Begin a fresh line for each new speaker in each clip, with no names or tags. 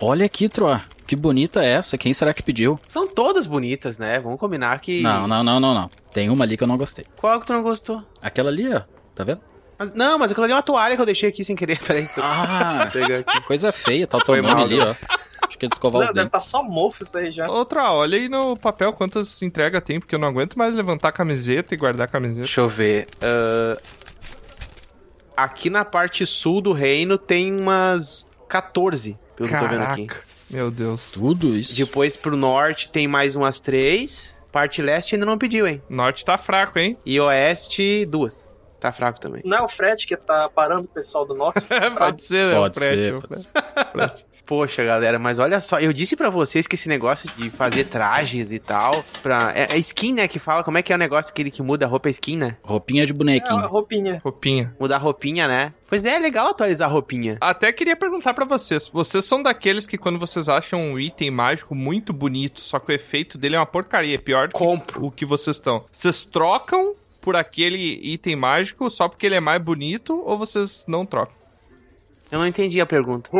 Olha aqui, Troa. Que bonita é essa? Quem será que pediu?
São todas bonitas, né? Vamos combinar que.
Não, não, não, não, não. Tem uma ali que eu não gostei.
Qual é que tu não gostou?
Aquela ali, ó. Tá vendo?
Mas- não, mas aquilo ali é uma toalha que eu deixei aqui sem querer. Peraí, só
Ah,
pegar aqui.
coisa feia. Tá o teu
Foi
nome
mal,
ali, ó. Acho que é de escovar os dentes.
Não, deve tá só mofo isso aí
É.
já.
Outra, olha aí no papel quantas entrega tem, porque eu não aguento mais levantar a camiseta e guardar a camiseta.
Deixa eu ver. Ah, aqui na parte sul do reino tem umas 14, pelo que eu tô vendo aqui.
Meu Deus.
Tudo isso.
Depois pro norte tem mais umas 3. Parte leste ainda não pediu, hein?
Norte tá fraco, hein?
E oeste, duas. Tá fraco também.
Não é o Fred que tá parando o pessoal do norte? Tá?
Ah,
pode ser, né?
Pode
o Fred,
ser,
o
pode
Fred.
Poxa, galera, mas olha só, eu disse pra vocês que esse negócio de fazer trajes e tal, pra... é, é skin, né, que fala, como é que é o negócio aquele que muda a roupa é skin, né?
Roupinha de
É uma
bonequinho.
roupinha.
Roupinha.
Mudar a roupinha, né? Pois é, é legal atualizar a roupinha.
Até queria perguntar pra vocês. Vocês são daqueles que quando vocês acham um item mágico muito bonito, só que o efeito dele é uma porcaria, é pior que
Compro.
o que vocês estão. Vocês trocam por aquele item mágico só porque ele é mais bonito ou vocês não trocam?
Eu não entendi a pergunta.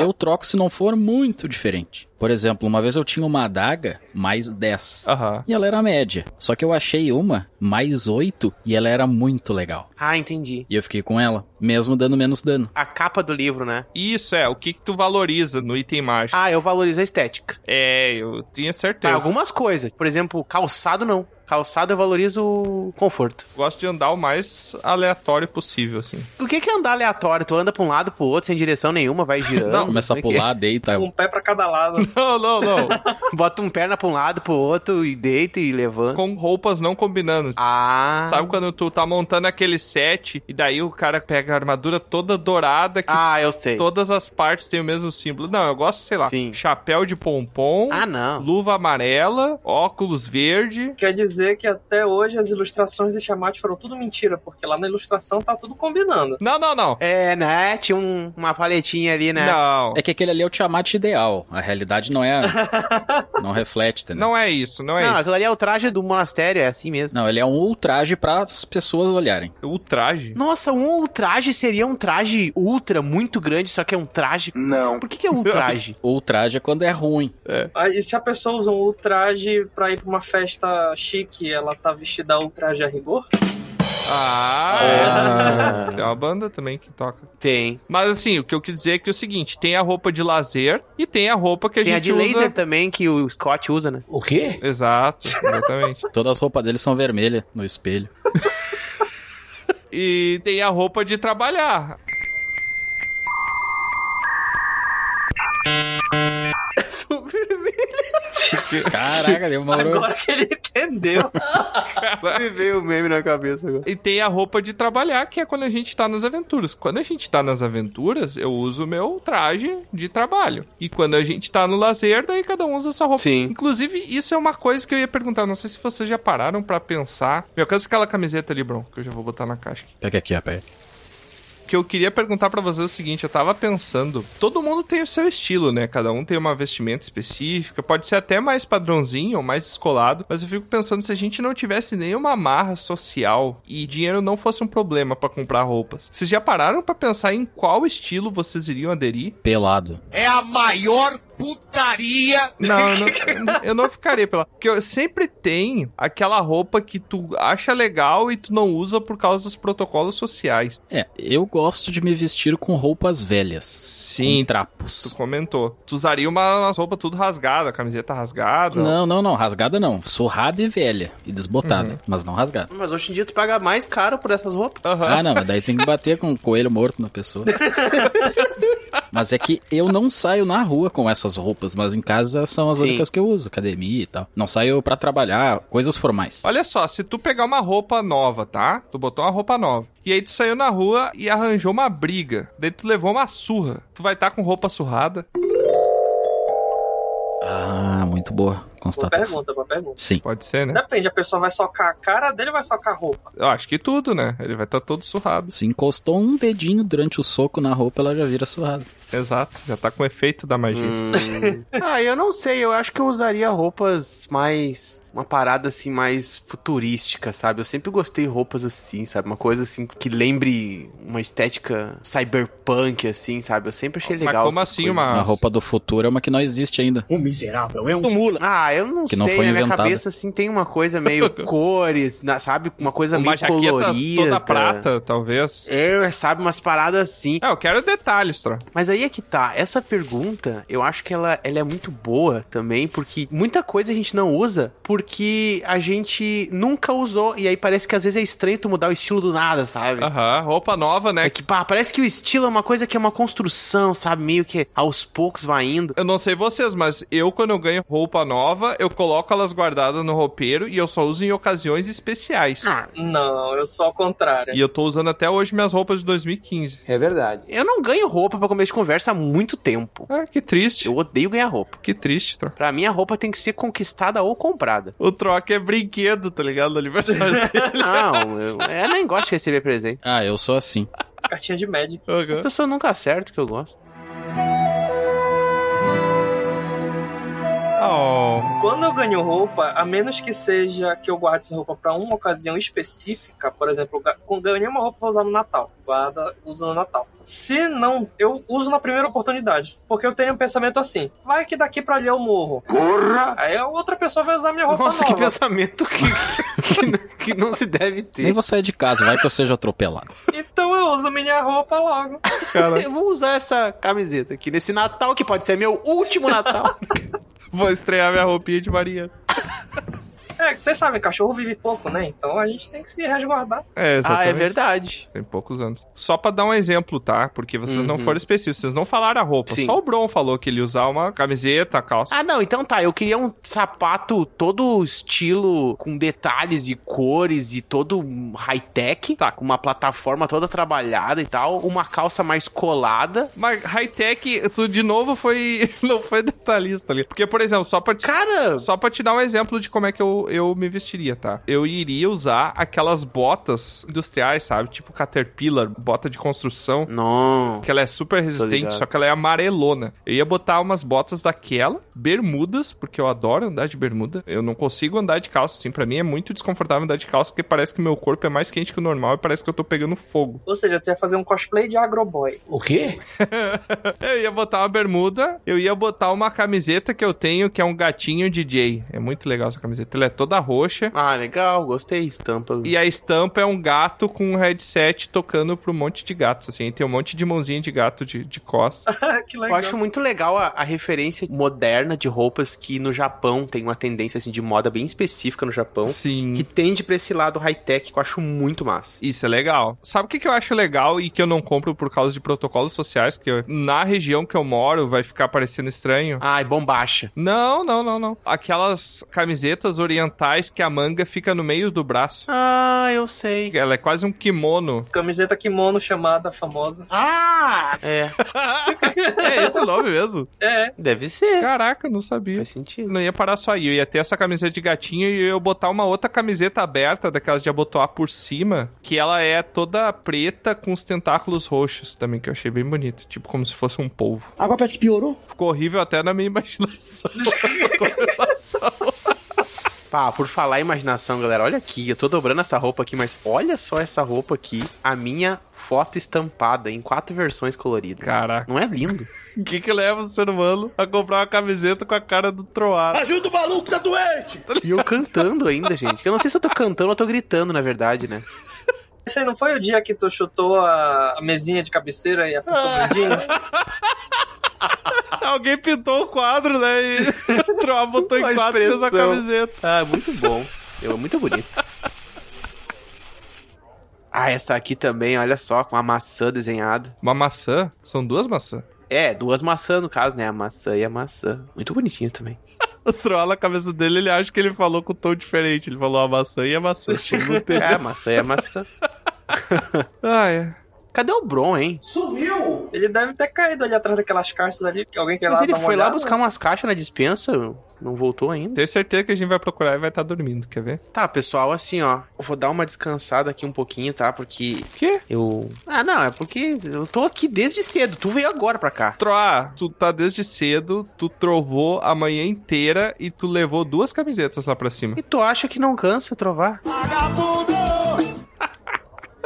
Eu troco se não for muito diferente. Por exemplo, uma vez eu tinha uma adaga mais 10.
Aham.
E ela era média. Só que eu achei uma mais 8 e ela era muito legal.
Ah, entendi.
E eu fiquei com ela, mesmo dando menos dano.
A capa do livro, né?
Isso é, o que, que tu valoriza no item mágico?
Ah, eu valorizo a estética.
É, eu tinha
Mas
certeza.
algumas coisas. Por exemplo, calçado não. Calçado eu valorizo o conforto.
Gosto de andar o mais aleatório possível, assim.
O que que é andar aleatório? Tu anda pra um lado, pro outro, sem direção nenhuma, vai girando.
Não,
Começa a
como é que é?
pular, deita.
Um pé pra cada lado.
Não, não, não.
Bota um perna pra um lado, pro outro, e deita e levanta.
Com roupas não combinando.
Ah.
Sabe quando tu tá montando aquele set e daí o cara pega a armadura toda dourada que
Ah, eu sei.
todas as partes têm o mesmo símbolo? Não, eu gosto, sei lá,
Sim.
chapéu de pompom,
Ah, não.
luva amarela, óculos verde.
Quer dizer que até hoje as ilustrações de Chamate foram tudo mentira, porque lá na ilustração tá tudo combinando.
Não, não, não.
É, né? Tinha um- uma paletinha ali, né?
Não.
É que aquele ali é o Tiamat ideal. A realidade não é. não reflete, entendeu?
Não é isso, não é
Não,
isso.
aquilo ali é o traje do monastério, é assim mesmo.
Não, ele é um ultraje pra as pessoas olharem.
O traje.
Nossa, um ultraje seria um traje ultra muito grande, só que é um traje. Não. Por que, que é ultraje?
Ultraje é quando é ruim.
Ah, E se a pessoa usa um traje pra ir pra uma festa chique, ela tá vestida um traje a rigor?
Ah, é. Tem uma banda também que toca.
Tem.
Mas assim, o que eu quis dizer é que é o seguinte: tem a roupa de lazer e tem a roupa que a
Tem a
gente
de
usa.
laser também que o Scott usa, né?
O quê?
Exato, exatamente.
Todas as roupas dele são vermelhas no espelho.
e tem a roupa de trabalhar.
Caraca, demorou.
Agora que ele entendeu.
Me veio o meme na cabeça agora.
E tem a roupa de trabalhar, que é quando a gente tá nas aventuras. Quando a gente tá nas aventuras, eu uso o meu traje de trabalho. E quando a gente tá no lazer, daí cada um usa essa roupa.
Sim.
Inclusive, isso é uma coisa que eu ia perguntar. Não sei se vocês já pararam pra pensar. Me alcança aquela camiseta ali, Bron, que eu já vou botar na caixa aqui.
Pega aqui, ó, pega.
O que eu queria perguntar pra vocês é o seguinte, eu tava pensando, todo mundo tem o seu estilo, né? Cada um tem uma vestimenta específica, pode ser até mais padrãozinho ou mais descolado, mas eu fico pensando se a gente não tivesse nenhuma amarra social e dinheiro não fosse um problema pra comprar roupas. Vocês já pararam pra pensar em qual estilo vocês iriam aderir?
Pelado.
é a maior putaria
Não, eu não, eu não ficaria pela. Porque eu- sempre tem aquela roupa que tu acha legal e tu não usa por causa dos protocolos sociais.
É, eu gosto de me vestir com roupas velhas.
Sim,
Com trapos.
Tu comentou. Tu usaria uma, umas roupas tudo rasgada, camiseta rasgada.
Não, não, não. Rasgada não. Surrada e velha. E desbotada. Mas não rasgada.
Mas hoje em dia tu paga mais caro por essas roupas.
Aham.
Ah, não, mas daí tem que bater com um coelho morto na pessoa. mas é que eu não saio na rua com essas roupas, mas em casa são as
Sim.
únicas que eu uso, academia e tal. Não saio pra trabalhar, coisas formais.
Olha só, se tu pegar uma roupa nova, tá? Tu botou uma roupa nova. E aí tu saiu na rua e arranjou uma briga. Daí tu levou uma tá surra. Tu vai estar com roupa surrada.
Ah, muito boa.
Boa
constatação.
pergunta, boa pergunta.
Sim.
Pode ser, né?
Depende, a pessoa vai socar a cara dele ou vai socar a roupa?
Eu acho que tudo, né? Ele vai estar todo surrado.
Se encostou um dedinho durante o soco na roupa, ela já vira surrada.
Exato. Já tá com o efeito da magia.
Hum. ah, eu não sei, eu acho que eu usaria roupas mais. Uma parada assim, mais futurística, sabe? Eu sempre gostei de roupas assim, sabe? Uma coisa assim que lembre uma estética cyberpunk, assim, sabe? Eu sempre achei
Mas
legal.
como
essas
assim
coisas.
uma-
A roupa do futuro é uma que não existe ainda.
O miserável é um
Ah, eu não
Que
sei,
não foi
na minha
inventada.
cabeça assim tem uma coisa meio cores, na- sabe? Uma coisa
Uma
meio
jaqueta
colorida.
toda prata, talvez.
É, sabe, umas paradas assim.
Ah, eu quero detalhes, Tra.
Mas aí é que tá. Essa pergunta, eu acho que ela, ela é muito boa também, porque muita coisa a gente não usa porque a gente nunca usou. E aí parece que às vezes é estranho tu mudar o estilo do nada, sabe?
Aham, roupa nova, né?
É que, pá, parece que o estilo é uma coisa que é uma construção, sabe? Meio que aos poucos vai indo.
Eu não sei vocês, mas eu, quando eu ganho roupa nova, eu coloco elas guardadas no roupeiro e eu só uso em ocasiões especiais.
Ah, é.
Não, eu sou ao contrário.
E eu tô usando até hoje minhas roupas de 2015.
É verdade.
eu não ganho roupa pra começo de conversa há muito tempo.
Ah, que triste.
Eu odeio ganhar roupa.
Que triste, Tro.
Pra mim, a roupa tem que ser conquistada ou comprada.
O troca é brinquedo, tá ligado? No aniversário dele.
Não, eu, eu nem gosto de receber presente.
Ah, eu sou assim.
Cartinha de médico.
A
Aham.
pessoa nunca acerta o que eu gosto.
Oh.
Quando eu ganho roupa, a menos que seja que eu guarde essa roupa pra uma ocasião específica, por exemplo, eu ga- quando ganhei uma roupa vou usar no Natal, guarda, uso no Natal. Se não, eu uso na primeira oportunidade, porque eu tenho um pensamento assim: vai que daqui pra ali eu morro. Porra! Aí a outra pessoa vai usar minha roupa
Nossa, que
nova.
pensamento que, que, que não se deve
Nem
ter.
vou sair de casa, vai que eu seja atropelado.
Então eu uso minha roupa logo.
Eu vou usar essa camiseta aqui nesse Natal, que pode ser meu último Natal.
Vou estrear minha roupinha de Maria.
É, que vocês sabem, cachorro vive pouco, né? Então a gente tem que se resguardar.
Ah,
É, exatamente.
verdade.
Tem poucos anos. Só pra dar um exemplo, tá? Porque vocês não
Uhum.
foram específicos, vocês não falaram a roupa.
Sim.
Só o Bron falou que ele ia usar uma camiseta, calça.
Ah, não, então tá. Eu queria um sapato todo estilo, com detalhes e cores e todo high-tech. Tá, com uma plataforma toda trabalhada e tal. Uma calça mais colada.
Mas high-tech, tu de novo foi. Não foi detalhista ali. Porque, por exemplo, só pra te.
Cara,
Só pra te dar um exemplo de como é que eu, eu me vestiria, tá? Eu iria usar aquelas botas industriais, sabe? Tipo Caterpillar, bota de construção.
não.
Que ela é super resistente,
ligado.
só que ela é amarelona. Eu ia botar umas botas daquela, bermudas, porque eu adoro andar de bermuda. Eu não consigo andar de calça, assim. Pra mim é muito desconfortável andar de calça, porque parece que meu corpo é mais quente que o normal e parece que eu tô pegando fogo.
Ou seja, tu ia fazer um cosplay de agroboy.
O quê?
Eu ia botar uma bermuda, eu ia botar uma camiseta que eu tenho, que é um gatinho DJ. É muito legal essa camiseta. Ela é toda roxa.
Ah, legal. Gostei. Estampa.
E a estampa é um gato com um headset tocando pra um monte de gatos, assim. Tem um monte de mãozinha de gato de, de costa.
que
Eu
legal.
acho muito legal a, a referência moderna de roupas que no Japão tem uma tendência assim de moda bem específica no Japão,
Sim.
que tende pra esse lado high-tech que eu acho muito massa.
Isso é legal. Sabe o que, que eu acho legal e que eu não compro por causa de protocolos sociais? Que eu- na região que eu moro vai ficar parecendo estranho.
Ai, bombacha.
Não, não, não, não. Aquelas camisetas orientais que a manga fica no meio do braço.
Ah, eu sei.
Ela é quase um kimono.
Camiseta kimono chamada, famosa.
Ah! É,
é esse o nome mesmo?
É,
deve ser.
Caraca, não sabia.
Faz sentido.
Não ia parar só aí. Eu ia ter essa camiseta de gatinho e eu ia botar uma outra camiseta aberta, daquelas de abotoar por cima, que ela é toda preta com os tentáculos roxos também, que eu achei bem bonito. Tipo, como se fosse um polvo.
Agora parece que piorou.
Ficou horrível até na minha imaginação.
Pá, por falar em imaginação, galera, olha aqui, eu tô dobrando essa roupa aqui, mas olha só essa roupa aqui, a minha foto estampada em quatro versões coloridas.
Caraca.
Não é lindo?
O que que leva o ser humano a comprar uma camiseta com a cara do Troar?
Ajuda o maluco, tá doente!
E eu cantando ainda, gente. que Eu não sei se eu tô cantando ou eu tô gritando, na verdade, né?
Esse aí não foi o dia que tu chutou a, a mesinha de cabeceira e acertou
Ah.
o bundinho?
Alguém pintou o quadro, né? E o Troar botou
Uma
em quadro e fez a
expressão.
camiseta.
Ah, muito bom. Eu, é muito bonito. Ah, essa aqui também, olha só, com a maçã desenhada.
Uma maçã? São duas maçãs.
É, duas maçãs no caso, né? A maçã e a maçã. Muito bonitinho também.
O Troar na cabeça dele, ele acha que ele falou com um tom diferente. Ele falou a maçã e a maçã. Não tem-
É, a maçã e a maçã.
ah, é.
Cadê o Bron, hein?
Sumiu!
Ele deve ter caído ali atrás daquelas caixas ali, que alguém quer
Mas
lá
ele
dar uma
foi lá um
olhada.
buscar umas caixas na dispensa. Não voltou ainda.
Tenho certeza que a gente vai procurar e vai estar dormindo, quer ver?
Tá, pessoal, assim, ó. Eu vou dar uma descansada aqui um pouquinho, tá? Porque
O quê?
eu. Ah, não, é porque eu tô aqui desde cedo. Tu veio agora pra cá.
Troá, tu tá desde cedo, tu trovou a manhã inteira e tu levou duas camisetas lá pra cima.
E tu acha que não cansa trovar?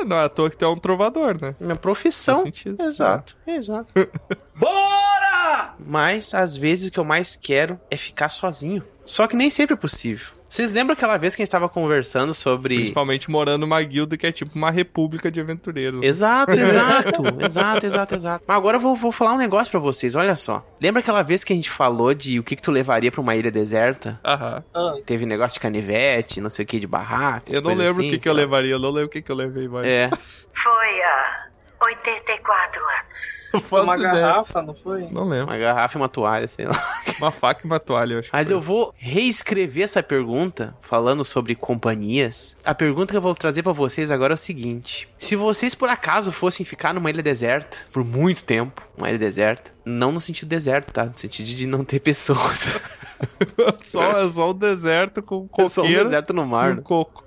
Não é à toa que tu é um trovador, né?
Minha
Faz
profissão.
sentido.
Então, Exato, exato.
Ah,
Bora! Mas às vezes o que eu mais quero é ficar sozinho. Só que nem sempre é possível. Vocês lembram aquela vez que a gente tava conversando sobre.
Principalmente morando numa guilda que é tipo uma república de aventureiros.
Exato, exato, exato, exato, exato. Mas agora eu vou, vou falar um negócio pra vocês, olha só. Lembra aquela vez que a gente falou de o que, que tu levaria pra uma ilha deserta?
Aham.
Ah,
Teve negócio de canivete, não sei o que, de barraca.
Eu não
coisas
lembro o
assim,
que, que eu
sabe?
levaria, eu não lembro o que, que eu levei, mas.
É.
Foi há 84 anos.
eu faço
foi uma
ideia.
garrafa, não foi?
Não lembro.
Uma garrafa e uma toalha, sei lá.
Uma faca e uma toalha, eu acho. que
Mas
foi.
eu vou reescrever essa pergunta falando sobre companhias. A pergunta que eu vou trazer pra vocês agora é o seguinte: se vocês por acaso fossem ficar numa ilha deserta por muito tempo, uma ilha deserta, não no sentido deserto, tá? No sentido de não ter pessoas.
só, é só um deserto com coqueiro.
Só um deserto no
e
mar.
um
né?
coco.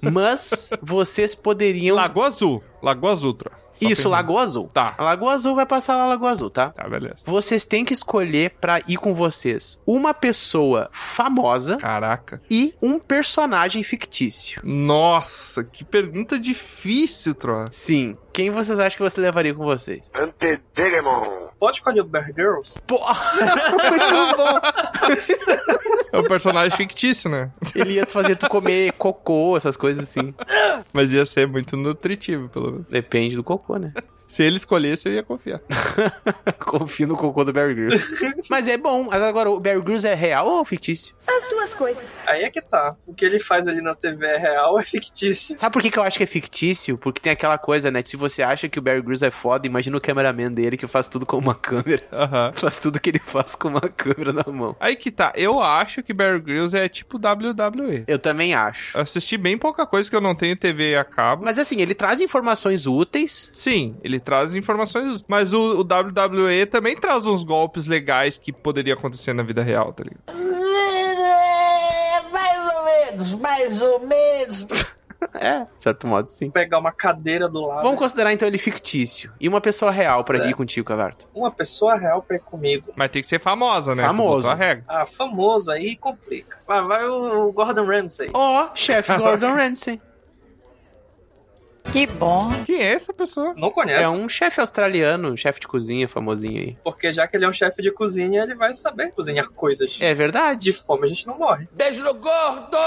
Mas vocês poderiam
Lagoa Azul. Lagoa Azul, Tro. Só
um- Isso,
pensando.
Lagoa Azul.
Tá.
A Lagoa Azul vai passar lá a Lagoa Azul, tá?
Tá, beleza.
Vocês têm que escolher pra ir com vocês uma pessoa famosa
Caraca.
e um personagem fictício.
Nossa, que pergunta difícil, Tro.
Sim. Quem vocês acham que você levaria com vocês?
Pode escolher o Bear Girls?
Muito bom!
É um personagem fictício, né?
Ele ia fazer tu comer cocô, essas coisas assim.
Mas ia ser muito nutritivo, pelo menos.
Depende do cocô, né?
Se ele escolhesse, eu ia confiar.
Confio no cocô do Barry Grylls. Mas é bom. Mas agora, o Barry Grylls é real ou fictício?
As duas coisas.
Aí é que tá. O que ele faz ali na TV é real, é fictício.
Sabe por que, que eu acho que é fictício? Porque tem aquela coisa, né? que Se você acha que o Barry Grylls é foda, imagina o cameraman dele que faz tudo com uma câmera.
Aham.
Faz tudo que ele faz com uma câmera na mão.
Aí que tá, eu acho que Bear Grylls é tipo WWE.
Eu também acho.
Eu assisti bem pouca coisa que eu não tenho TV a cabo.
Mas assim, ele traz informações úteis.
Sim, ele traz informações, mas o, o WWE também traz uns golpes legais que poderia acontecer na vida real, tá ligado?
Mais ou menos, mais ou menos.
É, de certo modo, sim.
Pegar uma cadeira do lado.
Vamos considerar então ele fictício. E uma pessoa real pra
Certo.
ir contigo, Cavarto.
Uma pessoa real pra ir comigo.
Mas tem que ser famosa, né?
Famoso.
Tu botou A regra.
Ah, famoso aí complica. Lá vai o Gordon Ramsay.
Ó, chefe Gordon Ramsay.
Que bom.
Quem é essa pessoa?
Não conhece,
É um chefe australiano, chefe de cozinha famosinho aí.
porque já que ele é um chefe de cozinha, ele vai saber cozinhar coisas.
É
De
verdade.
fome a gente não morre.
Beijo no gordo!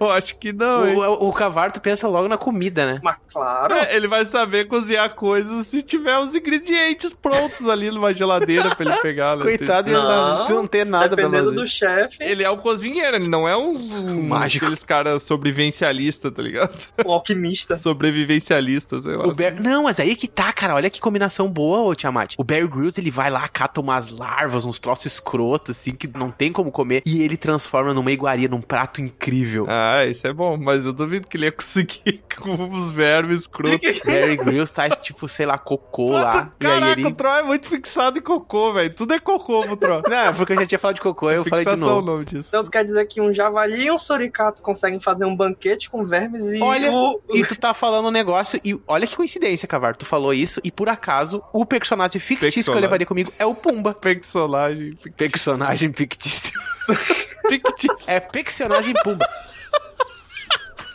Eu acho que não, hein?
O, o Cavarto pensa logo na comida, né?
Mas claro,
É, Ele vai saber cozinhar coisas se tiver os ingredientes prontos ali numa geladeira pra ele pegar. Né?
Coitado, ele não,
Não,
não tem nada pra
dependendo
fazer.
do chefe,
Ele é um cozinheiro, ele não é uns, um
Mágico.
aqueles caras sobrevivencialista, tá ligado?
o um alquimista.
Sobrevivencialista, sei lá.
O Bear- Não, mas aí que tá, cara. Olha que combinação boa, ô Tiamat. O Bear Grylls, ele vai lá, cata umas larvas, uns troços escrotos, assim, que não tem como comer. E ele transforma numa iguaria, num prato incrível.
Ah, isso é bom, mas eu duvido que ele ia conseguir com os vermes escrotos.
Bear Grylls tá, tipo, sei lá, cocô lá.
Puta, Caraca,
e aí
o
ele...
Troy é muito fixado em cocô, velho. Tudo é cocô pro Troy.
Não, porque eu já tinha falado de cocô, eu falei de
Fixação né? o
novo.
nome disso.
Então tu quer dizer que um javali e um suricato conseguem fazer um banquete com vermes e
Olha,
o...
e tu tá falando um negócio, e olha que coincidência, Cavar, tu falou isso, e por acaso, o personagem fictício que eu
Personagem.
levaria comigo é o Pumba.
Personagem.
Personagem fictício.
Fictício.
É personagem Pumba.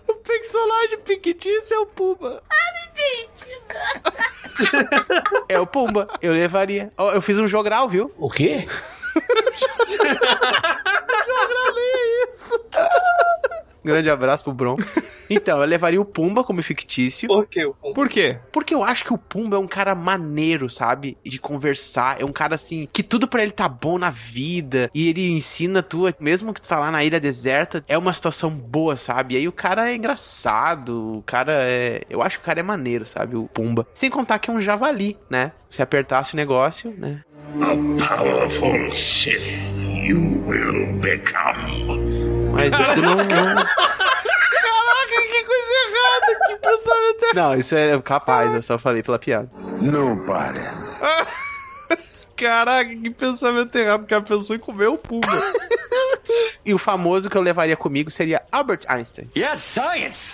O personagem fictício é o Puma.
É o Pumba, eu levaria. Ó, Eu fiz um jogral, viu?
O quê?
Um Grande abraço pro Bron. Então, eu levaria o Pumba como fictício,
Por quê? O pombo?
Por quê?
porque eu acho que o Pumba é um cara maneiro, sabe? De conversar, é um cara assim, que tudo pra ele tá bom na vida, e ele ensina tu, mesmo que tu tá lá na ilha deserta, é uma situação boa, sabe? E aí o cara é engraçado, o cara é. Eu acho que o cara é maneiro, sabe? O Pumba. Sem contar que é um javali, né? Se apertasse o negócio, né?
Powerful Sith you will become.
Mas isso não. não...
Caraca, que coisa errada. Que pensamento
Não, isso é capaz, eu só falei pela piada.
Caraca, que pensamento errado que a pessoa comeu o Puma.
E o famoso que eu levaria comigo seria Albert Einstein.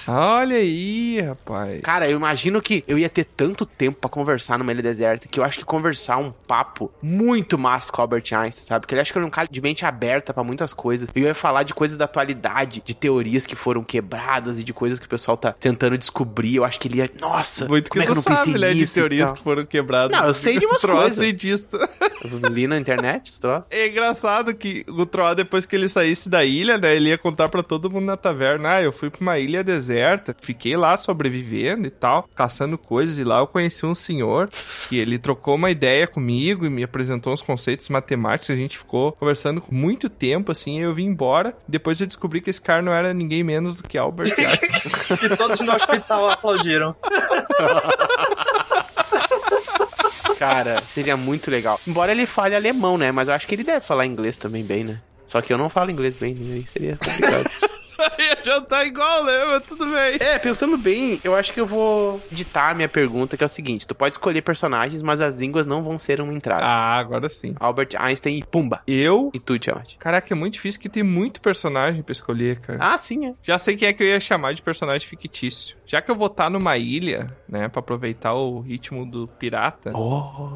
Olha aí, rapaz.
Cara, eu imagino que eu ia ter tanto tempo pra conversar numa ilha deserta que eu acho que conversar um papo muito massa com o Albert Einstein, sabe? Porque ele acha que ele é um cara de mente aberta pra muitas coisas. E eu ia falar de coisas da atualidade, de teorias que foram quebradas e de coisas que o pessoal tá tentando descobrir. Eu acho que ele ia. Nossa,
Muito que
como é que eu
tu
não
sabe,
pensei
né? De
nisso e
teorias
tal?
que foram quebradas. é
Não, eu sei de umas
Troço
coisas.
cientista.
Eu li na internet, esse troço.
É engraçado que o Troá, depois que ele saísse da ilha, né, ele ia contar pra todo mundo na taverna, ah, eu fui pra uma ilha deserta, fiquei lá sobrevivendo e tal, caçando coisas, e lá eu conheci um senhor, que ele trocou uma ideia comigo e me apresentou uns conceitos matemáticos, a gente ficou conversando por muito tempo, assim, e eu vim embora, depois eu descobri que esse cara não era ninguém menos do que Albert Einstein.
E todos no hospital aplaudiram.
Cara, seria muito legal. Embora ele fale alemão, né? Mas eu acho que ele deve falar inglês também bem, né? Só que eu não falo inglês bem, né? Aí seria complicado.
ia jantar igual, né, mas tudo bem.
É, pensando bem, eu acho que eu vou ditar a minha pergunta, que é o seguinte: tu pode escolher personagens, mas as línguas não vão ser uma entrada.
Ah, agora sim.
Albert Einstein e Pumba.
Eu...
E tu, Tiamat?
Caraca, é muito difícil que tem muito personagem pra escolher, cara.
Ah, sim, é.
Já sei quem é que eu ia chamar de personagem fictício. Já que eu vou estar numa ilha, né, pra aproveitar o ritmo do pirata,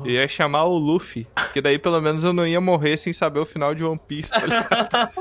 eu ia chamar o Luffy. Porque daí pelo menos eu não ia morrer sem saber o final de One Piece, tá ligado?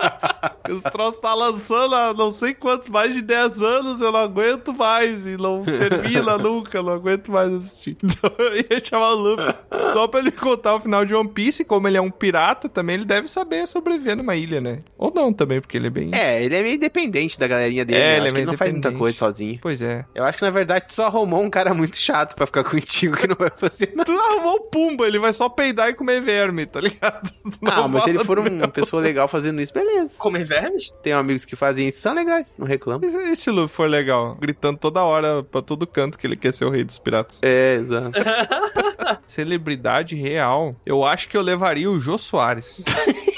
Os troços tá lançando há não sei quantos, mais de 10 anos, eu não aguento mais e não termina nunca, não aguento mais assistir. Então eu ia chamar o Luffy só pra ele contar o final de One Piece. E como ele é um pirata também, ele deve saber sobreviver numa ilha, né? Ou não também, porque ele é bem.
É, ele é meio dependente da galerinha dele.
É,
né?
ele
Acho
é
que
meio
não faz muita
dependente.
coisa sozinho.
Pois é.
Eu acho que na verdade tu só arrumou um cara muito chato pra ficar contigo que não vai fazer nada.
Tu arrumou o Pumba, ele vai só peidar e comer verme, tá ligado? Tu
Ah, mas se
fala
ele for
do
uma pessoa legal fazendo isso, beleza.
Comer vermes?
Tem amigos que fazem isso, são legais, não reclamo.
E se- e se o Luffy for legal? Gritando toda hora pra todo canto que ele quer ser o rei dos piratas.
É, exato.
Celebridade real. Eu acho que eu levaria o Jô Soares.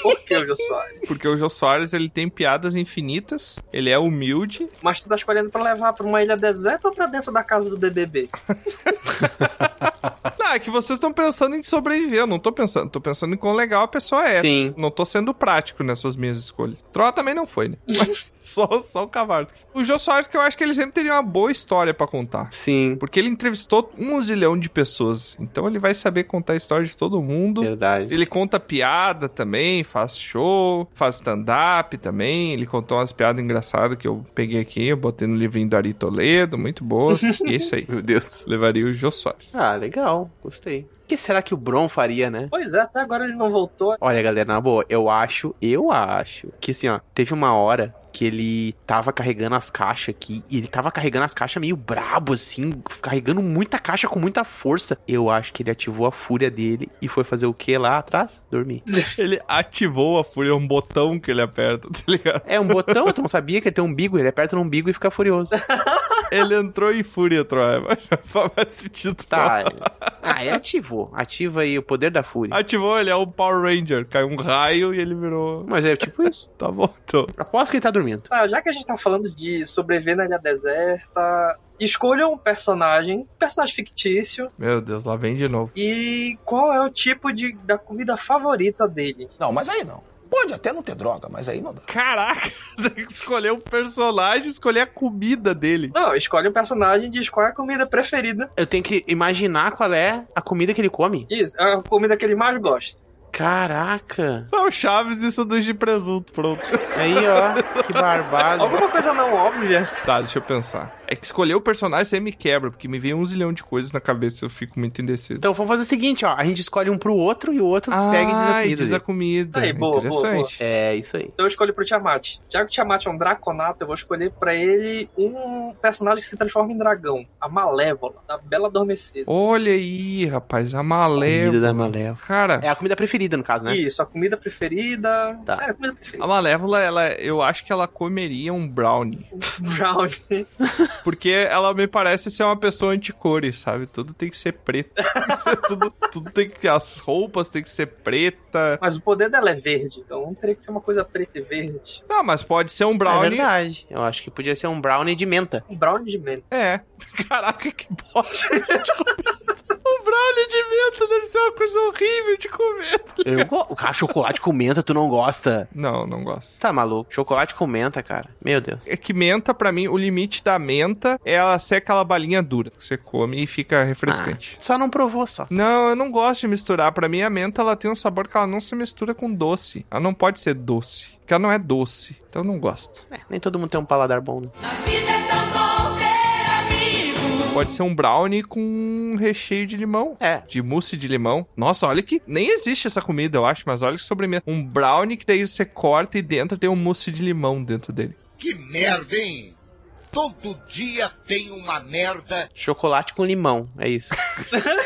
Por que o Jô Soares?
Porque o Jô Soares, ele tem piadas infinitas, ele é humilde.
Mas tu tá escolhendo pra levar pra uma ilha deserta ou pra dentro da casa do BBB?
Não, é que vocês estão pensando em sobreviver, eu não tô pensando. Tô pensando em quão legal a pessoa é.
Sim.
Não tô sendo prático nessas minhas escolhas. Troa também não foi, né? Mas só, só o cavalo. O Jô Soares, que eu acho que ele sempre teria uma boa história pra contar.
Sim.
Porque ele entrevistou um zilhão de pessoas. Então ele vai saber contar a história de todo mundo.
Verdade.
Ele conta piada também, faz show, faz stand-up também. Ele contou umas piadas engraçadas que eu peguei aqui, eu botei no livrinho do Ari Toledo, muito boas. e é isso aí.
Meu Deus.
Levaria o Jô Soares.
Ah, legal. Gostei. O que será que o Bron faria, né?
Pois é, até agora ele não voltou.
Olha, galera, na boa, eu acho, eu acho que assim, ó, teve uma hora que ele tava carregando as caixas aqui, e ele tava carregando as caixas meio brabo, assim, carregando muita caixa com muita força. Eu acho que ele ativou a fúria dele e foi fazer o que lá atrás? Dormir.
Ele ativou a fúria, é um botão que ele aperta, tá ligado?
É um botão, tu não sabia que ele tem um umbigo, ele aperta no umbigo e fica furioso.
Ele entrou em fúria, Troia. Faz sentido.
Tá. Ah, ele ativou. Ativa aí o poder da fúria.
Ativou, ele é o Power Ranger. Caiu um raio e ele virou.
Mas é tipo isso.
Tá bom, então.
Aposto que ele tá dormindo.
Tá, já que a gente tá falando de sobreviver na ilha deserta, escolha um personagem, personagem fictício,
Meu Deus, lá vem de novo.
e qual é o tipo de, da comida favorita dele?
Não, mas aí não. Pode até não ter droga, mas aí não dá.
Caraca, tem que escolher o personagem, escolher a comida dele.
Não, escolhe um personagem e diz qual é a comida preferida.
Eu tenho que imaginar qual é a comida que ele come.
Isso, é a comida que ele mais gosta.
Caraca.
Não, Ah, Chaves e sanduíche de presunto, pronto.
Aí, ó, que barbado.
Alguma coisa não óbvia.
Tá, deixa eu pensar. É que escolher o personagem você me quebra, porque me vem um zilhão de coisas na cabeça eu fico muito indeciso.
Então vamos fazer o seguinte, ó. A gente escolhe um pro outro e o outro pega e diz a comida. dele.
diz a comida.
Aí, boa, boa,
Interessante.
É, isso aí.
Então eu escolho pro Tiamat. Já que o Tiamat é um draconato, eu vou escolher pra ele um personagem que se transforma em dragão. A Malévola, da Bela Adormecida.
Olha aí, rapaz, a Malévola.
Comida da Malévola.
Cara,
É a comida preferida, no caso, né?
Isso, a comida preferida.
Tá.
É, a comida
a
preferida.
Malévola, ela, eu acho que ela comeria um brownie.
Brownie.
Porque ela me parece ser uma pessoa anticore, sabe? Tudo tem que ser preto. tudo, tudo tem que. As roupas tem que ser preta.
Mas o poder dela é verde, então teria que ser uma coisa preta e verde.
Ah, mas pode ser um
É
brownie.
verdade. Eu acho que podia ser um brownie de menta.
Um brownie de menta.
É. Caraca, que bosta. um brownie Caralho, de menta deve ser uma coisa horrível de comer. tá ligado?
Eu go- Cara, chocolate com menta, tu não gosta.
Não, não gosto.
Tá maluco? Chocolate com menta, cara. Meu Deus.
É que menta, pra mim, o limite da menta é ela ser aquela balinha dura que você come e fica refrescante.
Ah, só não provou, só.
Não, eu não gosto de misturar. Pra mim, a menta ela tem um sabor que ela não se mistura com doce. Ela não pode ser doce, porque ela não é doce. Então eu não gosto.
É, nem todo mundo tem um paladar bom, né?
Pode ser um brownie com um recheio de limão.
É.
De mousse de limão. Nossa, olha que nem existe essa comida, eu acho, mas olha que sobremesa. Um brownie que daí você corta e dentro tem um mousse de limão dentro dele.
Que merda, hein? Todo dia tem uma merda.
Chocolate com limão, é isso.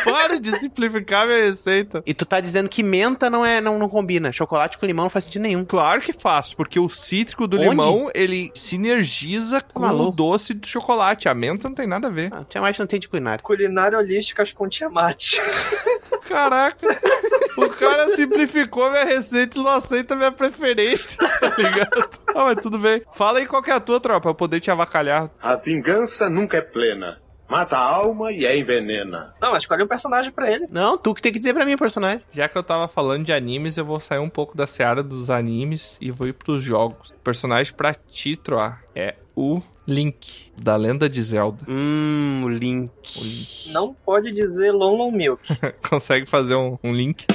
Para de simplificar minha receita.
E tu tá dizendo que menta não é não, não combina. Chocolate com limão não faz sentido nenhum.
Claro que faz, porque o cítrico do
Onde? Tá
limão, ele sinergiza com o
Maluco.
doce do chocolate. A menta não tem nada a ver.
Ah, tinha mais não tem de culinária.
Culinária holísticas com Tiamat.
Caraca, o cara simplificou minha receita e não aceita minha preferência, tá ligado? Ah, mas tudo bem. Fala aí qual que é a tua, tropa, pra eu poder te avacalhar.
A vingança nunca é plena. Mata a alma e a envenena.
Não, mas escolhe um personagem pra ele.
Não, tu que tem que dizer pra mim, personagem.
Já que eu tava falando de animes, eu vou sair um pouco da seara dos animes e vou ir pros jogos. O personagem pra ti, Troa, é o Link, da Lenda de Zelda.
Hum, o Link.
Não pode dizer Lon Lon Milk.
Consegue fazer um, um link?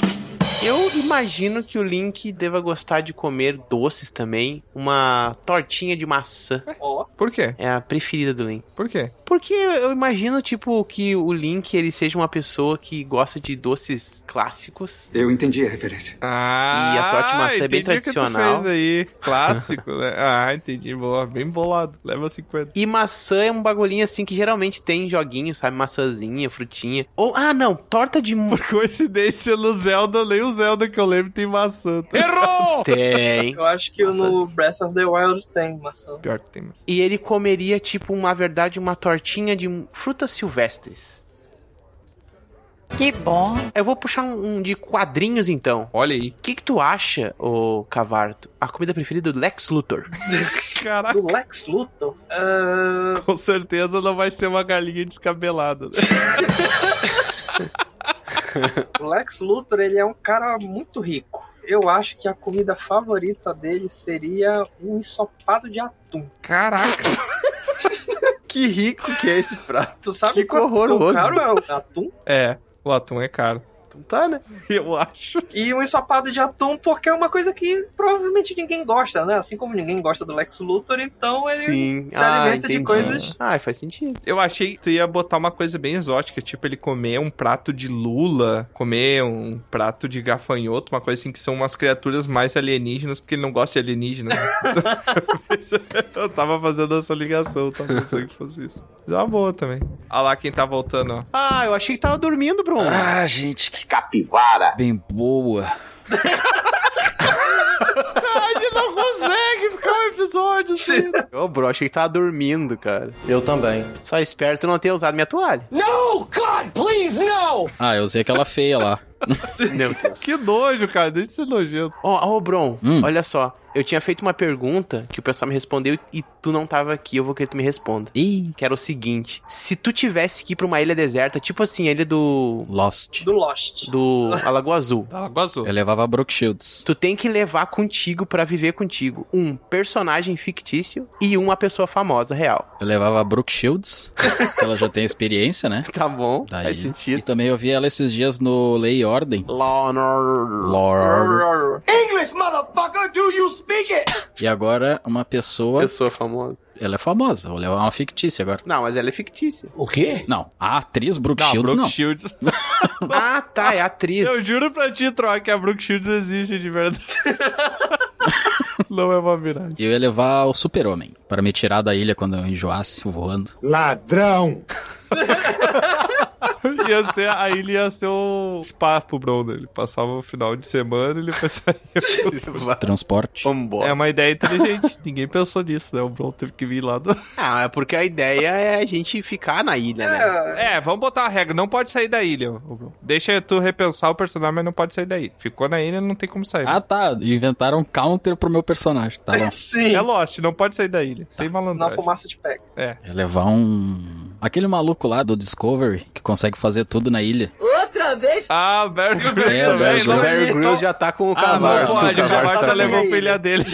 Eu imagino que o Link deva gostar de comer doces também. Uma tortinha de maçã
Ó,
Por quê?
é a preferida do Link.
Por quê?
Porque eu imagino, tipo, que o Link ele seja uma pessoa que gosta de doces clássicos.
Eu entendi a referência.
Ah,
E a torta de maçã é bem
entendi o que tu
tradicional.
fez aí, clássico, né? Ah, entendi, boa, bem bolado. Leva 50.
E maçã é um bagulhinho assim que geralmente tem em joguinho, sabe? Maçãzinha, frutinha. Ou, ah, não, torta de. mu-
Por coincidência, no Zelda, nem o Zelda que eu lembro tem maçã. Tá?
Errou!
tem.
eu acho que
Nossa,
no Breath of the Wild tem maçã.
Pior que tem maçã.
E ele comeria, tipo, na verdade, uma tortinha de frutas silvestres.
Que bom.
Eu vou puxar um, um de quadrinhos então.
Olha aí.
O que, que tu acha, ô Cavarto? A comida preferida do Lex Luthor?
Caraca,
Do Lex Luthor? Ah,
com certeza não vai ser uma galinha descabelada. Né?
o Lex Luthor, ele é um cara muito rico. Eu acho que a comida favorita dele seria um ensopado de atum.
Caraca.
que rico que é esse prato.
Tu sabe
Que
quanto
horroroso.
caro é o atum?
É, o atum é caro.
Tá, né?
Eu acho.
E um ensopado de atum, porque é uma coisa que provavelmente ninguém gosta, né? Assim como ninguém gosta do Lex Luthor, então ele
Sim.
se
Ah,
alimenta
entendi.
de coisas.
Ah, faz sentido.
Eu achei que tu ia botar uma coisa bem exótica, tipo ele comer um prato de lula, comer um prato de gafanhoto, uma coisa assim que são umas criaturas mais alienígenas, porque ele não gosta de alienígenas. eu tava fazendo essa ligação, eu tava pensando que fosse isso. Mas é uma boa também. Olha lá quem tá voltando, ó.
Ah, eu achei que tava dormindo, Bruno.
Ah, gente, que
Capivara.
bem boa.
Ele não consegue ficar um episódio assim.
Ô, bro, achei que tava dormindo, cara.
Eu também.
Só espero tu não ter usado minha toalha.
No, God, please, no!
Ah, eu usei aquela feia lá.
Meu Deus.
Que nojo, cara. Deixa de ser nojento.
Ó, ô, Bron,
Hum.
olha só. Eu tinha feito uma pergunta que o pessoal me respondeu e tu não tava aqui. Eu vou querer que tu me responda.
Ih,
Que era o seguinte: se tu tivesse que ir pra uma ilha deserta, tipo assim, a ilha do.
Lost.
Do Lost.
do Alagoa Azul.
Ela gozou.
Eu levava Brook Shields.
Tu tem que levar contigo pra viver contigo um personagem fictício e uma pessoa famosa real.
Eu levava Brook Shields, que ela já tem experiência, né?
Tá bom,
Daí.
faz
E
sentido.
também eu vi ela esses dias no Lei e Ordem.
Lonor.
Lore.
English, motherfucker, do you speak it?
E agora uma pessoa.
Pessoa famosa.
Ela é famosa. Vou levar uma fictícia agora.
Não, mas ela é fictícia.
O quê?
Não, a atriz Brook
Não,
Shields
Brooke
não.
Shields.
ah, tá, é atriz.
Eu juro pra ti, Troca, que a Brooke Shields existe de verdade. não é uma miragem.
Eu ia levar o Super-Homem para me tirar da ilha quando eu enjoasse voando.
Ladrão.
Ia ser, aí ele ia ser o spa pro Bruno. Ele passava o final de semana e ele foi sair.
Transporte.
Vambora.
é uma ideia inteligente. Ninguém pensou nisso, né? O Bruno teve que vir lá do...
Ah, é porque a ideia é a gente ficar na ilha, né?
É,
É, vamos botar a regra. Não pode sair da ilha, ô Bruno. Deixa tu repensar o personagem, mas não pode sair da ilha. Ficou na ilha, não tem como sair.
Ah, tá. Inventaram um counter pro meu personagem. Tá bom.
sim.
É Lost, não pode sair da ilha. Sem
Senão a
malandragem.
fumaça te pega.
É levar um. Aquele maluco lá do Discovery que consegue fazer tudo na ilha.
Outro
também.
Ah, o Barry Grylls
É, o
também.
Barry
não,
Grylls. Barry
então-
Grylls já tá com o
Ah,
cavalo.
não pode,
O cavalo
o Cavalo
tá
já
com
levou
ele.
pra ilha dele.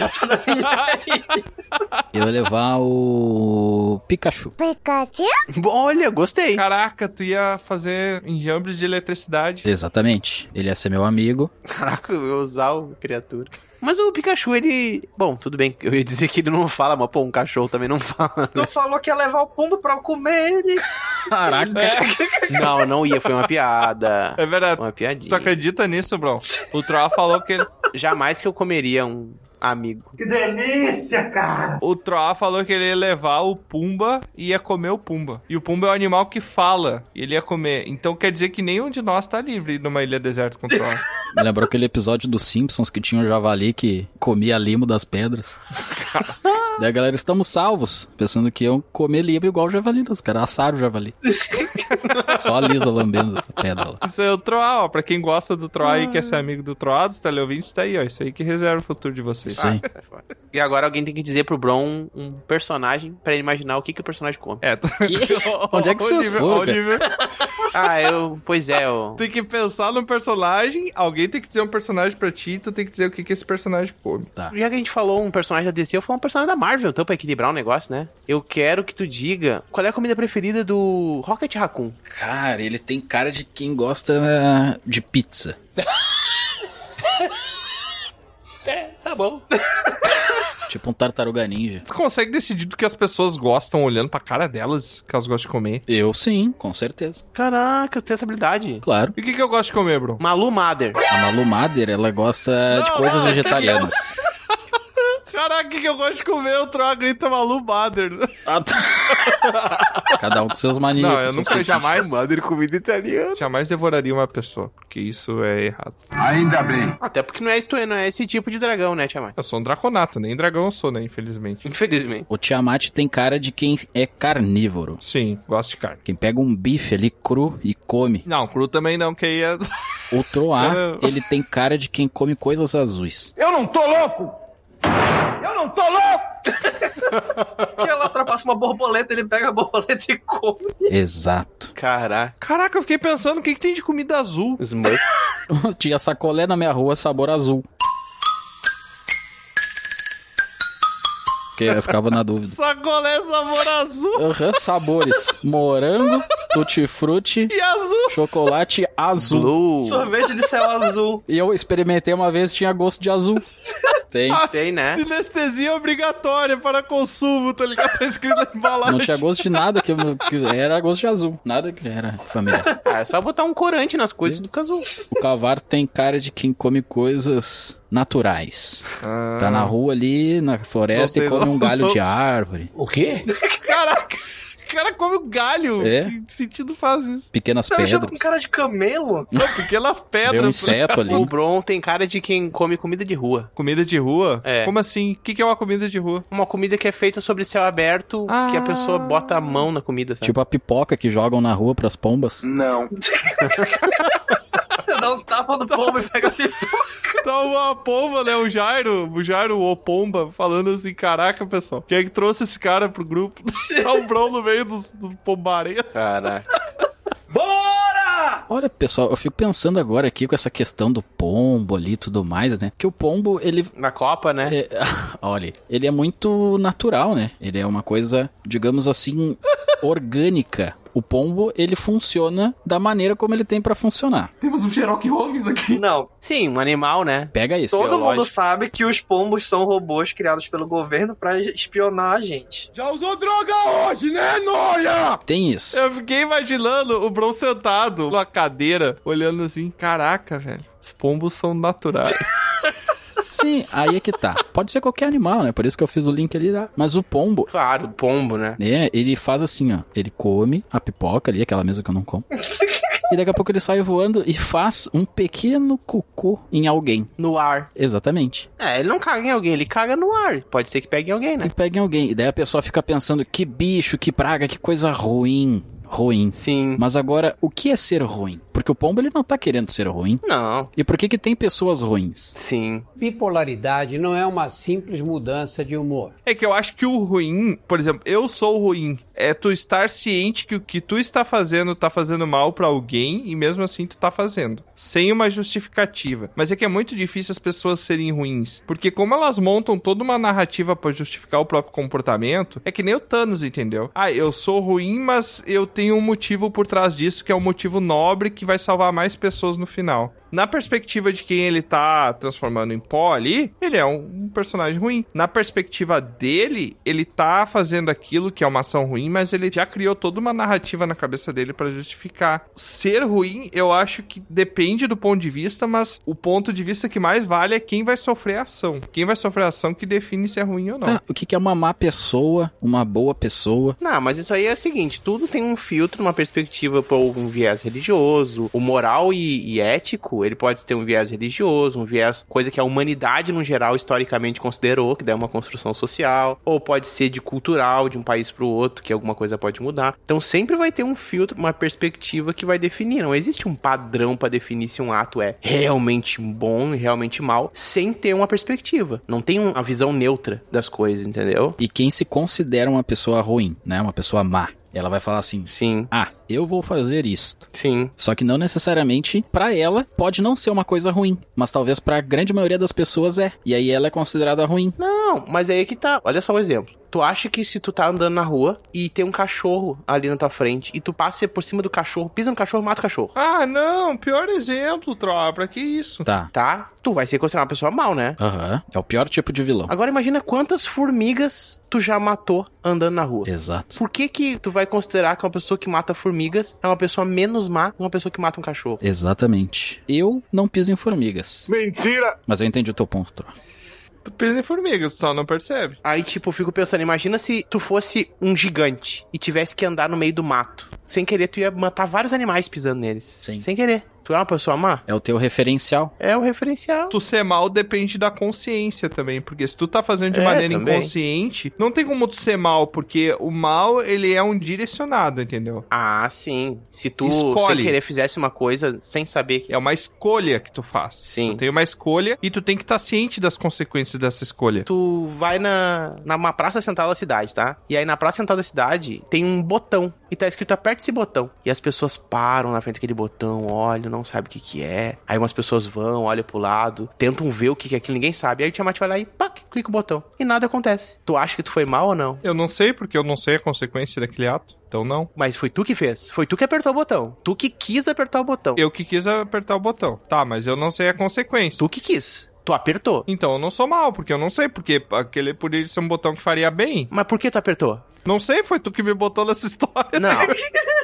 Eu ia levar o Pikachu.
Pikachu?
Olha, gostei.
Caraca, tu ia fazer enjambres de eletricidade.
Exatamente. Ele ia ser meu amigo.
Caraca, eu ia usar o criatura. Mas o Pikachu, ele. Bom, tudo bem. Eu ia dizer que ele não fala, mas pô, um cachorro também não fala. né?
Tu falou que ia levar o pombo pra eu comer ele.
Caraca.
Não, não ia, foi uma piada.
É verdade.
Uma piadinha.
Tu acredita nisso, Bron? O Troll falou que ele...
Jamais que eu comeria um amigo.
Que delícia, cara!
O Troá falou que ele ia levar o Pumba e ia comer o Pumba. E o Pumba é o animal que fala. E ele ia comer. Então quer dizer que nenhum de nós tá livre numa ilha deserta com o Troá.
Lembrou aquele episódio dos Simpsons que tinha um javali que comia limo das pedras? Daí, galera, estamos salvos. Pensando que iam comer limo igual o javali. Os caras assaram o javali. Só a Lisa lambendo a pedra lá.
Isso é o Troá, ó. Pra quem gosta do Troá e quer ser amigo do Troá, dos teleouvintes, tá aí, ó. Isso aí que reserva o futuro de vocês.
Isso aí.
E agora alguém tem que dizer pro Bron um personagem pra ele imaginar o que, que o personagem come.
É, tu...
Onde é que
Ó o
vocês
nível-
foram,
ó o
cara?
nível.
Ah, eu. Pois é, eu.
Tem que pensar num personagem, alguém tem que dizer um personagem pra ti, tu tem que dizer o que, que esse personagem come.
Já que a gente falou um personagem da DC, eu falo um personagem da Marvel, então, pra equilibrar o negócio, né? Eu quero que tu diga qual é a comida preferida do Rocket Raccoon.
Cara, ele tem cara de quem gosta de pizza.
É, tá bom.
Tipo um tartaruga ninja.
Tu consegue decidir do que as pessoas gostam olhando pra cara delas, que elas gostam de comer?
Eu sim, com certeza.
Caraca, eu tenho essa habilidade.
Claro.
E o que, que eu gosto de comer, bro?
Malu Mader.
A Malu Mader, ela gosta de coisas vegetarianas.
Caraca, o que, que eu gosto de comer? Eu troco grita Malu Bader.
Cada um com seus maníacos.
Não, eu
seus
nunca, jamais,
Mader, comida italiana.
jamais devoraria uma pessoa, porque isso é errado.
Ainda bem.
Até porque não é, isso- não é esse tipo de dragão, né, Tiamat?
Eu sou um draconato, nem dragão eu sou, né, infelizmente.
Infelizmente.
O Tiamat tem cara de quem é carnívoro.
Sim, gosto de carne.
Quem pega um bife ali cru e come.
Não, cru também não, que aí é...
O Troá,
Não.
ele tem cara de quem come coisas azuis.
Eu não tô louco! Eu não tô louco!
Que ela ultrapassa uma borboleta, ele pega a borboleta e come.
Exato.
Caraca.
Caraca, eu fiquei pensando, o que, que tem de comida azul?
Smurf.
Tinha sacolé na minha rua, sabor azul. Porque eu ficava na dúvida.
é
Sacolé sabor azul
Aham, sabores. Morango, tutti-frutti,
e azul.
chocolate azul.
Blue.
Sorvete de céu azul.
E eu experimentei uma vez, tinha gosto de azul. Tem.
Tem, né?
Sinestesia obrigatória para consumo, tá ligado? Tá escrito na embalagem.
Não tinha gosto de nada, que, que era gosto de azul. Nada que era familiar.
Ah, é só botar um corante nas coisas do casulo.
O Cavar tem cara de quem come coisas naturais.
Ah.
Tá na rua ali, na floresta,
Não
e
sei
come
não.
um galho de árvore.
O quê?
Caraca, o cara come o galho.
É.
Que sentido faz isso?
Pequenas
Tá me achando
pedras.
com cara de camelo?
Não, pequenas
Vê um
pedras.
inseto ali.
assim.
O Bron tem cara de quem come comida de rua.
Comida de rua?
É.
Como assim? O que, que é uma comida de rua?
Uma comida que é feita sobre céu aberto, que a pessoa bota a mão na comida, sabe?
Tipo a pipoca que jogam na rua pras pombas.
Não.
Dá um tapa no pombo e pega assim. a pipoca.
Tá uma pomba, né? O Jairo, o Jairo ou pomba, falando assim: caraca, pessoal, quem é que trouxe esse cara pro grupo? tá um brão no meio dos, do pombareto.
Caraca.
Bora!
Olha, pessoal, eu fico pensando agora aqui com essa questão do pombo ali e tudo mais, né? Que o pombo, ele
Na Copa, né?
É, olha, ele é muito natural, né? Ele é uma coisa, digamos assim, orgânica. O pombo, ele funciona da maneira como ele tem pra funcionar.
Temos um Sherlock Holmes aqui.
Não,
Sim, um animal, né?
Pega isso.
todo
Biológico.
mundo sabe que os pombos são robôs criados pelo governo pra espionar a gente.
Já usou droga hoje, né, Noia?
Tem isso.
Eu fiquei imaginando o Bron sentado numa cadeira, olhando assim: caraca, velho, os pombos são naturais.
Sim, aí é que tá. Pode ser qualquer animal, né? Por isso que eu fiz o link ali lá. Mas o pombo,
Claro, pombo, né?
né? Ele faz assim, ó. Ele come a pipoca ali, aquela mesa que eu não como. E daqui a pouco ele sai voando e faz um pequeno cocô em alguém.
No ar.
Exatamente.
É, ele não caga em alguém, ele caga no ar. Pode ser que pegue em alguém, né?
e peguem alguém. E daí a pessoa fica pensando, que bicho, que praga, que coisa ruim. Ruim.
Sim.
Mas agora, o que é ser ruim? Porque o pombo ele não tá querendo ser ruim.
Não.
E por que que tem pessoas ruins?
Sim.
Bipolaridade não é uma simples mudança de humor.
É que eu acho que o ruim, por exemplo, eu sou o ruim. é tu estar ciente que o que tu está fazendo tá fazendo mal para alguém e mesmo assim tu tá fazendo, sem uma justificativa. Mas é que é muito difícil as pessoas serem ruins, porque como elas montam toda uma narrativa para justificar o próprio comportamento, é que nem o Thanos, entendeu? Ah, eu sou ruim, mas eu tenho um motivo por trás disso que é um motivo nobre que vai salvar mais pessoas no final. Na perspectiva de quem ele tá transformando em pó ali, ele é um personagem ruim. Na perspectiva dele, ele tá fazendo aquilo que é uma ação ruim, mas ele já criou toda uma narrativa na cabeça dele para justificar. Ser ruim, eu acho que depende do ponto de vista, mas o ponto de vista que mais vale é quem vai sofrer a ação. Quem vai sofrer a ação que define se é ruim ou não.
Tá, o que que é uma má pessoa, uma boa pessoa?
Não, mas isso aí é o seguinte, tudo tem um filtro, uma perspectiva para um viés religioso, o moral e, e ético ele pode ter um viés religioso, um viés, coisa que a humanidade no geral historicamente considerou, que daí é uma construção social, ou pode ser de cultural, de um país para o outro, que alguma coisa pode mudar. Então sempre vai ter um filtro, uma perspectiva que vai definir. Não existe um padrão para definir se um ato é realmente bom e realmente mal, sem ter uma perspectiva. Não tem uma visão neutra das coisas, entendeu?
E quem se considera uma pessoa ruim, né? Uma pessoa má. Ela vai falar assim:
Sim.
Ah, eu vou fazer isto.
Sim.
Só que não necessariamente para ela pode não ser uma coisa ruim, mas talvez para a grande maioria das pessoas é. E aí ela é considerada ruim.
Não, mas aí que tá. Olha só o um exemplo. Tu acha que se tu tá andando na rua e tem um cachorro ali na tua frente e tu passa por cima do cachorro, pisa no cachorro, mata o cachorro.
Ah, não, pior exemplo, tropa, que isso.
Tá.
Tá? Tu vai ser considerado uma pessoa mal, né?
Aham. Uhum. É o pior tipo de vilão.
Agora imagina quantas formigas tu já matou andando na rua.
Exato.
Por que que tu vai considerar que uma pessoa que mata formigas é uma pessoa menos má que uma pessoa que mata um cachorro?
Exatamente. Eu não piso em formigas.
Mentira!
Mas eu entendi o teu ponto, tropa.
Tu pisa em formiga, só não percebe.
Aí, tipo, eu fico pensando, imagina se tu fosse um gigante e tivesse que andar no meio do mato. Sem querer, tu ia matar vários animais pisando neles.
Sim.
Sem querer. Tu é uma pessoa má?
É o teu referencial.
É o referencial.
Tu ser mal depende da consciência também, porque se tu tá fazendo de é, maneira também. inconsciente, não tem como tu ser mal, porque o mal, ele é um direcionado, entendeu?
Ah, sim. Se tu, Escolhe. sem querer, fizesse uma coisa sem saber que...
É uma escolha que tu faz.
Sim.
Tu tem uma escolha e tu tem que estar tá ciente das consequências dessa escolha.
Tu vai na, numa praça central da cidade, tá? E aí na praça central da cidade tem um botão e tá escrito aperte esse botão. E as pessoas param na frente daquele botão, olham, não sabe o que que é. Aí umas pessoas vão, olham pro lado, tentam ver o que que é aquilo, ninguém sabe. Aí o Tiamat vai lá e pac, clica o botão. E nada acontece. Tu acha que tu foi mal ou não?
Eu não sei, porque eu não sei a consequência daquele ato. Então não.
Mas foi tu que fez. Foi tu que apertou o botão. Tu que quis apertar o botão.
Eu que quis apertar o botão. Tá, mas eu não sei a consequência.
Tu que quis. Tu apertou.
Então eu não sou mal, porque eu não sei, porque aquele poderia ser um botão que faria bem.
Mas por que tu apertou?
Não sei, foi tu que me botou nessa história.
Não.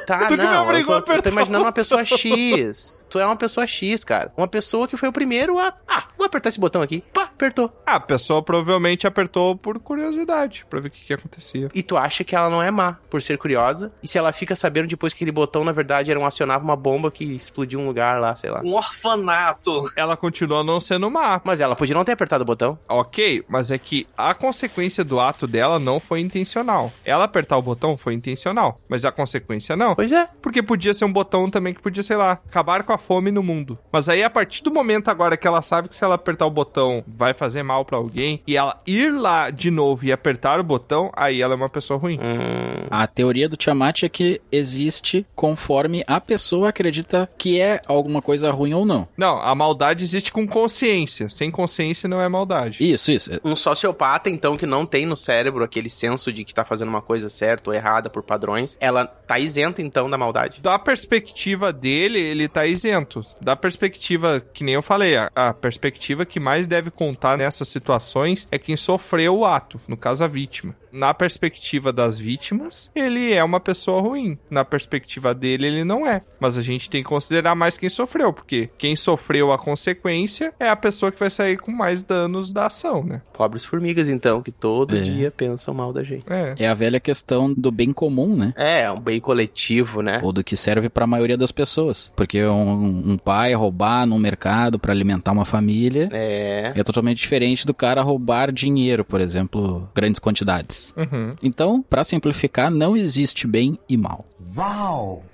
Tá, tu não. Que me obrigou eu, tô, a eu tô imaginando uma pessoa X. Tu é uma pessoa X, cara. Uma pessoa que foi o primeiro a. Ah, vou apertar esse botão aqui. Pá, apertou.
Ah, a pessoa provavelmente apertou por curiosidade, pra ver o que, que acontecia.
E tu acha que ela não é má por ser curiosa? E se ela fica sabendo depois que aquele botão, na verdade, era um acionava uma bomba que explodiu um lugar lá, sei lá.
Um orfanato.
Ela continua não sendo má.
Mas ela podia não ter apertado o botão.
Ok, mas é que a consequência do ato dela não foi intencional ela apertar o botão foi intencional, mas a consequência não.
Pois é.
Porque podia ser um botão também que podia, sei lá, acabar com a fome no mundo. Mas aí, a partir do momento agora que ela sabe que se ela apertar o botão vai fazer mal para alguém, e ela ir lá de novo e apertar o botão, aí ela é uma pessoa ruim.
Hum. A teoria do Tiamat é que existe conforme a pessoa acredita que é alguma coisa ruim ou não.
Não, a maldade existe com consciência. Sem consciência não é maldade.
Isso, isso.
Um sociopata, então, que não tem no cérebro aquele senso de que tá fazendo uma coisa certa ou errada por padrões, ela tá isenta então da maldade.
Da perspectiva dele, ele tá isento. Da perspectiva, que nem eu falei, a, a, perspectiva que mais deve contar nessas situações é quem sofreu o ato, no caso a vítima. Na perspectiva das vítimas, ele é uma pessoa ruim. Na perspectiva dele, ele não é. Mas a gente tem que considerar mais quem sofreu, porque quem sofreu a consequência é a pessoa que vai sair com mais danos da ação, né?
Pobres formigas, então, que todo é. dia pensam mal da gente.
É. é a velha questão do bem comum, né?
É, um bem coletivo, né?
Ou do que serve para a maioria das pessoas. Porque um, um pai roubar num mercado para alimentar uma família
é.
é totalmente diferente do cara roubar dinheiro, por exemplo, grandes quantidades.
Uhum.
Então, para simplificar, não existe bem e mal.
Uau!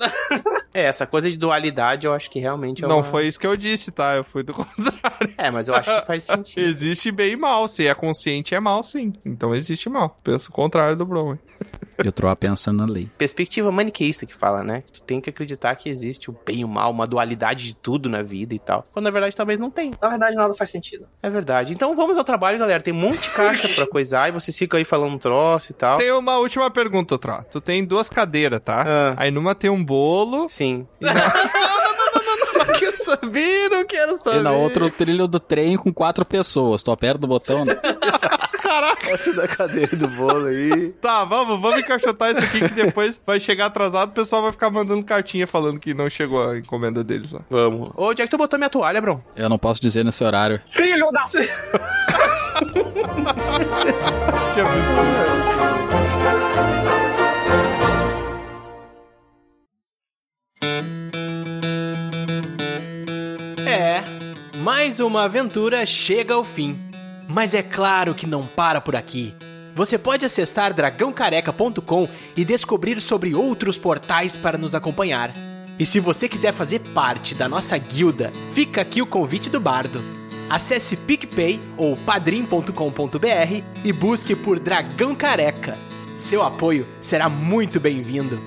É, essa coisa de dualidade eu acho que realmente é
Não
uma...
foi isso que eu disse, tá? Eu fui do contrário.
É, mas eu acho que faz sentido.
existe bem e mal. Se é consciente, é mal, sim. Então existe mal. Penso o contrário do Bron.
Eu tô pensando na lei.
Perspectiva maniqueísta que fala, né? Tu tem que acreditar que existe o bem e o mal, uma dualidade de tudo na vida e tal. Quando na verdade talvez não tem.
Na verdade nada faz sentido.
É verdade. Então vamos ao trabalho, galera. Tem um monte de caixa pra coisar e vocês ficam aí falando um troço e tal.
Tem uma última pergunta, Tro. Tu tem duas cadeiras, tá? Aí numa tem um bolo.
Sim. Não quero saber, não quero saber.
E na outra, o trilho do trem com quatro pessoas. Tu aperta o botão, né?
Caraca!
Essa é da cadeira do bolo aí.
Tá, vamos, vamos encaixotar isso aqui que depois vai chegar atrasado, o pessoal vai ficar mandando cartinha falando que não chegou a encomenda deles, ó.
Vamos. Ô, onde é que tu botou minha toalha, bro?
Eu não posso dizer nesse horário.
Filho da...
Que absurdo.
É, mais uma aventura chega ao fim. Mas é claro que não para por aqui. Você pode acessar dragãocareca.com e descobrir sobre outros portais para nos acompanhar. E se você quiser fazer parte da nossa guilda, fica aqui o convite do bardo. Acesse PicPay ou padrim.com.br e busque por Dragão Careca. Seu apoio será muito bem-vindo.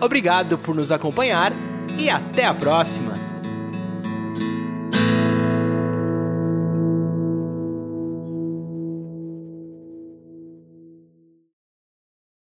Obrigado por nos acompanhar e até a próxima!